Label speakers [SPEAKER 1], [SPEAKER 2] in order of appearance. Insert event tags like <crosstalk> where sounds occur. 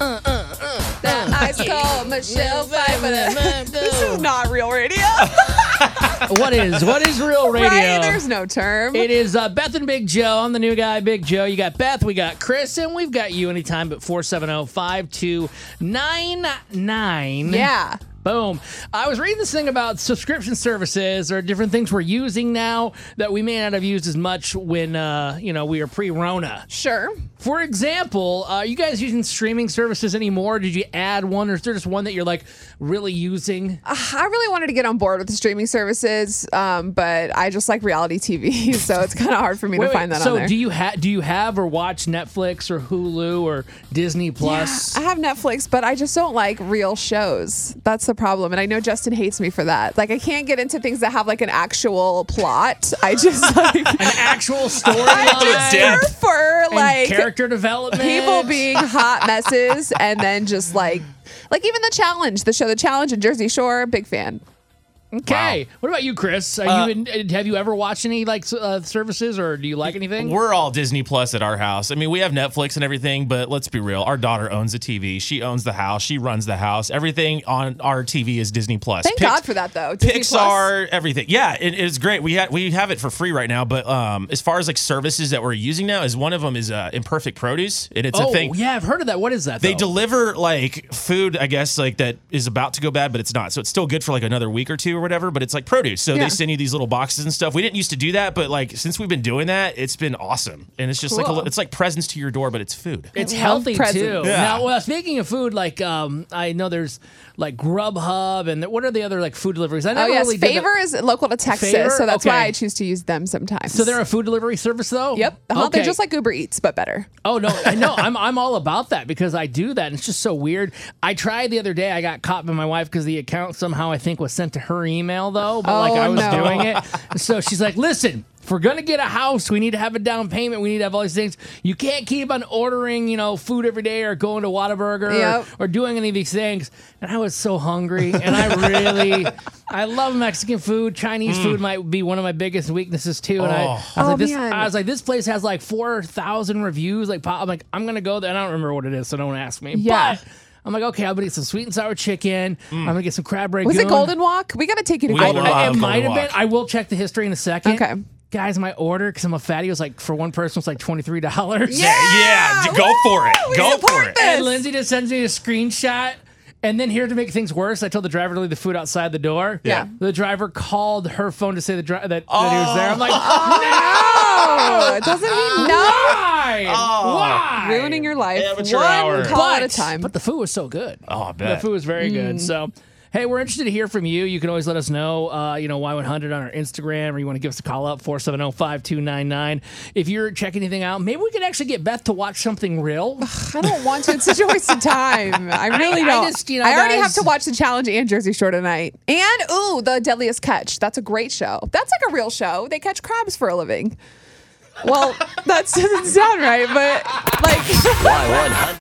[SPEAKER 1] uh, uh, uh.
[SPEAKER 2] The ice cold Michelle Pfeiffer. This is not real
[SPEAKER 3] <laughs>
[SPEAKER 2] radio.
[SPEAKER 3] What is what is real radio?
[SPEAKER 2] Right? There's no term.
[SPEAKER 3] It is uh, Beth and Big Joe. I'm the new guy, Big Joe. You got Beth, we got Chris, and we've got you anytime but 470 5299.
[SPEAKER 2] yeah.
[SPEAKER 3] Boom. I was reading this thing about subscription services or different things we're using now that we may not have used as much when, uh, you know, we were pre Rona.
[SPEAKER 2] Sure.
[SPEAKER 3] For example, uh, are you guys using streaming services anymore? Did you add one or is there just one that you're like really using?
[SPEAKER 2] Ah, I really wanted to get on board with the streaming services, um, but I just like reality TV, <laughs> so it's kind of hard for me
[SPEAKER 3] Wait,
[SPEAKER 2] to
[SPEAKER 3] wait,
[SPEAKER 2] find that
[SPEAKER 3] so
[SPEAKER 2] on there.
[SPEAKER 3] do you have do you have or watch Netflix or Hulu or Disney Plus?
[SPEAKER 2] I have Netflix, but I just don't like real shows. That's the problem, and I know Justin hates me for that. Like, I can't get into things that have like an actual plot. I just <laughs> like
[SPEAKER 3] An actual
[SPEAKER 2] I
[SPEAKER 3] storyline
[SPEAKER 2] just
[SPEAKER 3] and
[SPEAKER 2] prefer like
[SPEAKER 3] character development.
[SPEAKER 2] people being
[SPEAKER 1] <laughs>
[SPEAKER 2] hot messes and then just like like even the challenge the show the challenge in jersey shore big fan
[SPEAKER 3] okay. What about you, Chris? Are
[SPEAKER 1] Uh,
[SPEAKER 3] you in, uh, have you ever watched any like s- uh, services or do you like anything?
[SPEAKER 1] We're all Disney Plus at our house. I mean, we have Netflix and everything, but let's be real. Our daughter owns a TV. She owns the house. She runs the house. Everything on our TV is Disney Plus.
[SPEAKER 2] thank
[SPEAKER 1] Pix-
[SPEAKER 2] god for that though Disney Plus.
[SPEAKER 1] Pixar, everything. Yeah, it is great. We ha- we have it for free right now. But um, as far as like services that we're using now, is one of them is uh, Imperfect Produce, and it's
[SPEAKER 3] oh
[SPEAKER 1] a thing.
[SPEAKER 3] yeah, I've heard of that. What is that?
[SPEAKER 1] They
[SPEAKER 3] though?
[SPEAKER 1] deliver like food, I guess, like that is about to go bad, but it's not. So it's still good for like another week or two or whatever. But it's like produce, so
[SPEAKER 2] Yeah.
[SPEAKER 1] they send you these little boxes and stuff. We didn't used to do that, but like since we've been doing that, it's been awesome. And it's just like a,
[SPEAKER 2] Cool.
[SPEAKER 1] li- it's like presents to your door, but it's food.
[SPEAKER 3] It's
[SPEAKER 2] I love
[SPEAKER 3] healthy
[SPEAKER 2] presents.
[SPEAKER 3] too.
[SPEAKER 1] Yeah.
[SPEAKER 3] Now, well, speaking of food, like um, I know there's like Grubhub and th- what are the other like food deliveries? I
[SPEAKER 2] oh
[SPEAKER 3] never
[SPEAKER 2] yes
[SPEAKER 3] really did
[SPEAKER 2] favor
[SPEAKER 3] that-
[SPEAKER 2] is local to texas
[SPEAKER 3] Favor?
[SPEAKER 2] so that's why
[SPEAKER 3] Okay.
[SPEAKER 2] i choose to use them sometimes
[SPEAKER 3] So they're a food delivery service though.
[SPEAKER 2] yep Uh-huh. they're
[SPEAKER 3] Okay.
[SPEAKER 2] just like uber eats but better
[SPEAKER 3] Oh no, I know. I'm I'm all about that because I do that. And it's just so weird. I tried the other day. I got caught by my wife because the account somehow I think was sent to her email though. But like
[SPEAKER 2] Oh,
[SPEAKER 3] I was
[SPEAKER 2] no.
[SPEAKER 3] doing it, so she's like, "Listen, if we're gonna get a house, we need to have a down payment. We need to have all these things. You can't keep on ordering, you know, food every day or going to Whataburger
[SPEAKER 2] Yep.
[SPEAKER 3] or, or doing any of these things." And I was so hungry, and I really. I love Mexican food. Chinese food might be one of my biggest weaknesses too. And I, I was
[SPEAKER 2] Mm. Oh,
[SPEAKER 3] like, this,
[SPEAKER 2] man.
[SPEAKER 3] I was like, this place has like four thousand reviews. Like, pop, I'm like, I'm gonna go there. And I don't remember what it is, so don't ask me.
[SPEAKER 2] Yeah.
[SPEAKER 3] But I'm like, okay, I'm gonna get some sweet and sour chicken. I'm gonna get some crab ragoon.
[SPEAKER 2] was it golden walk we gotta take you to
[SPEAKER 1] We
[SPEAKER 3] I,
[SPEAKER 2] golden
[SPEAKER 1] Golden
[SPEAKER 2] walk
[SPEAKER 3] I, it
[SPEAKER 1] Walk,
[SPEAKER 3] might have
[SPEAKER 1] Golden
[SPEAKER 3] been.
[SPEAKER 1] Walk.
[SPEAKER 3] I will check the history in a second.
[SPEAKER 2] Okay.
[SPEAKER 3] Guys, my order because I'm a fatty was like for one person it's like twenty three dollars.
[SPEAKER 1] Yeah, d- go for it.
[SPEAKER 2] we
[SPEAKER 1] Go
[SPEAKER 2] support
[SPEAKER 1] for it.
[SPEAKER 2] this.
[SPEAKER 3] And Lindsay just sends me a screenshot. And then here to make things worse, I told the driver to leave the food outside the door.
[SPEAKER 2] Yeah.
[SPEAKER 3] The driver called her phone to say the dri- that, that he was there. I'm like, no!
[SPEAKER 2] oh it doesn't mean no
[SPEAKER 3] Why? Why?
[SPEAKER 2] ruining your life
[SPEAKER 1] Amateur
[SPEAKER 2] one
[SPEAKER 1] hour.
[SPEAKER 2] call
[SPEAKER 3] but,
[SPEAKER 2] at a time Mm.
[SPEAKER 3] But the food was so good.
[SPEAKER 1] Oh, I
[SPEAKER 3] The
[SPEAKER 1] bet.
[SPEAKER 3] food was very good. So, hey, we're interested to hear from you. You can always let us know, uh, you know, Y100 on our Instagram, or you want to give us a call up, 470 5299. If you're checking anything out, maybe we could actually get Beth to watch something real.
[SPEAKER 2] I don't want to. It's such a waste of time. I really
[SPEAKER 3] I
[SPEAKER 2] don't. I,
[SPEAKER 3] just, you know,
[SPEAKER 2] already
[SPEAKER 3] guys-
[SPEAKER 2] have to watch the challenge and Jersey Shore tonight. And ooh, the Deadliest Catch. That's a great show. That's like a real show. They catch crabs for a living. Well, that doesn't sound right, but like. <laughs>
[SPEAKER 4] Y100.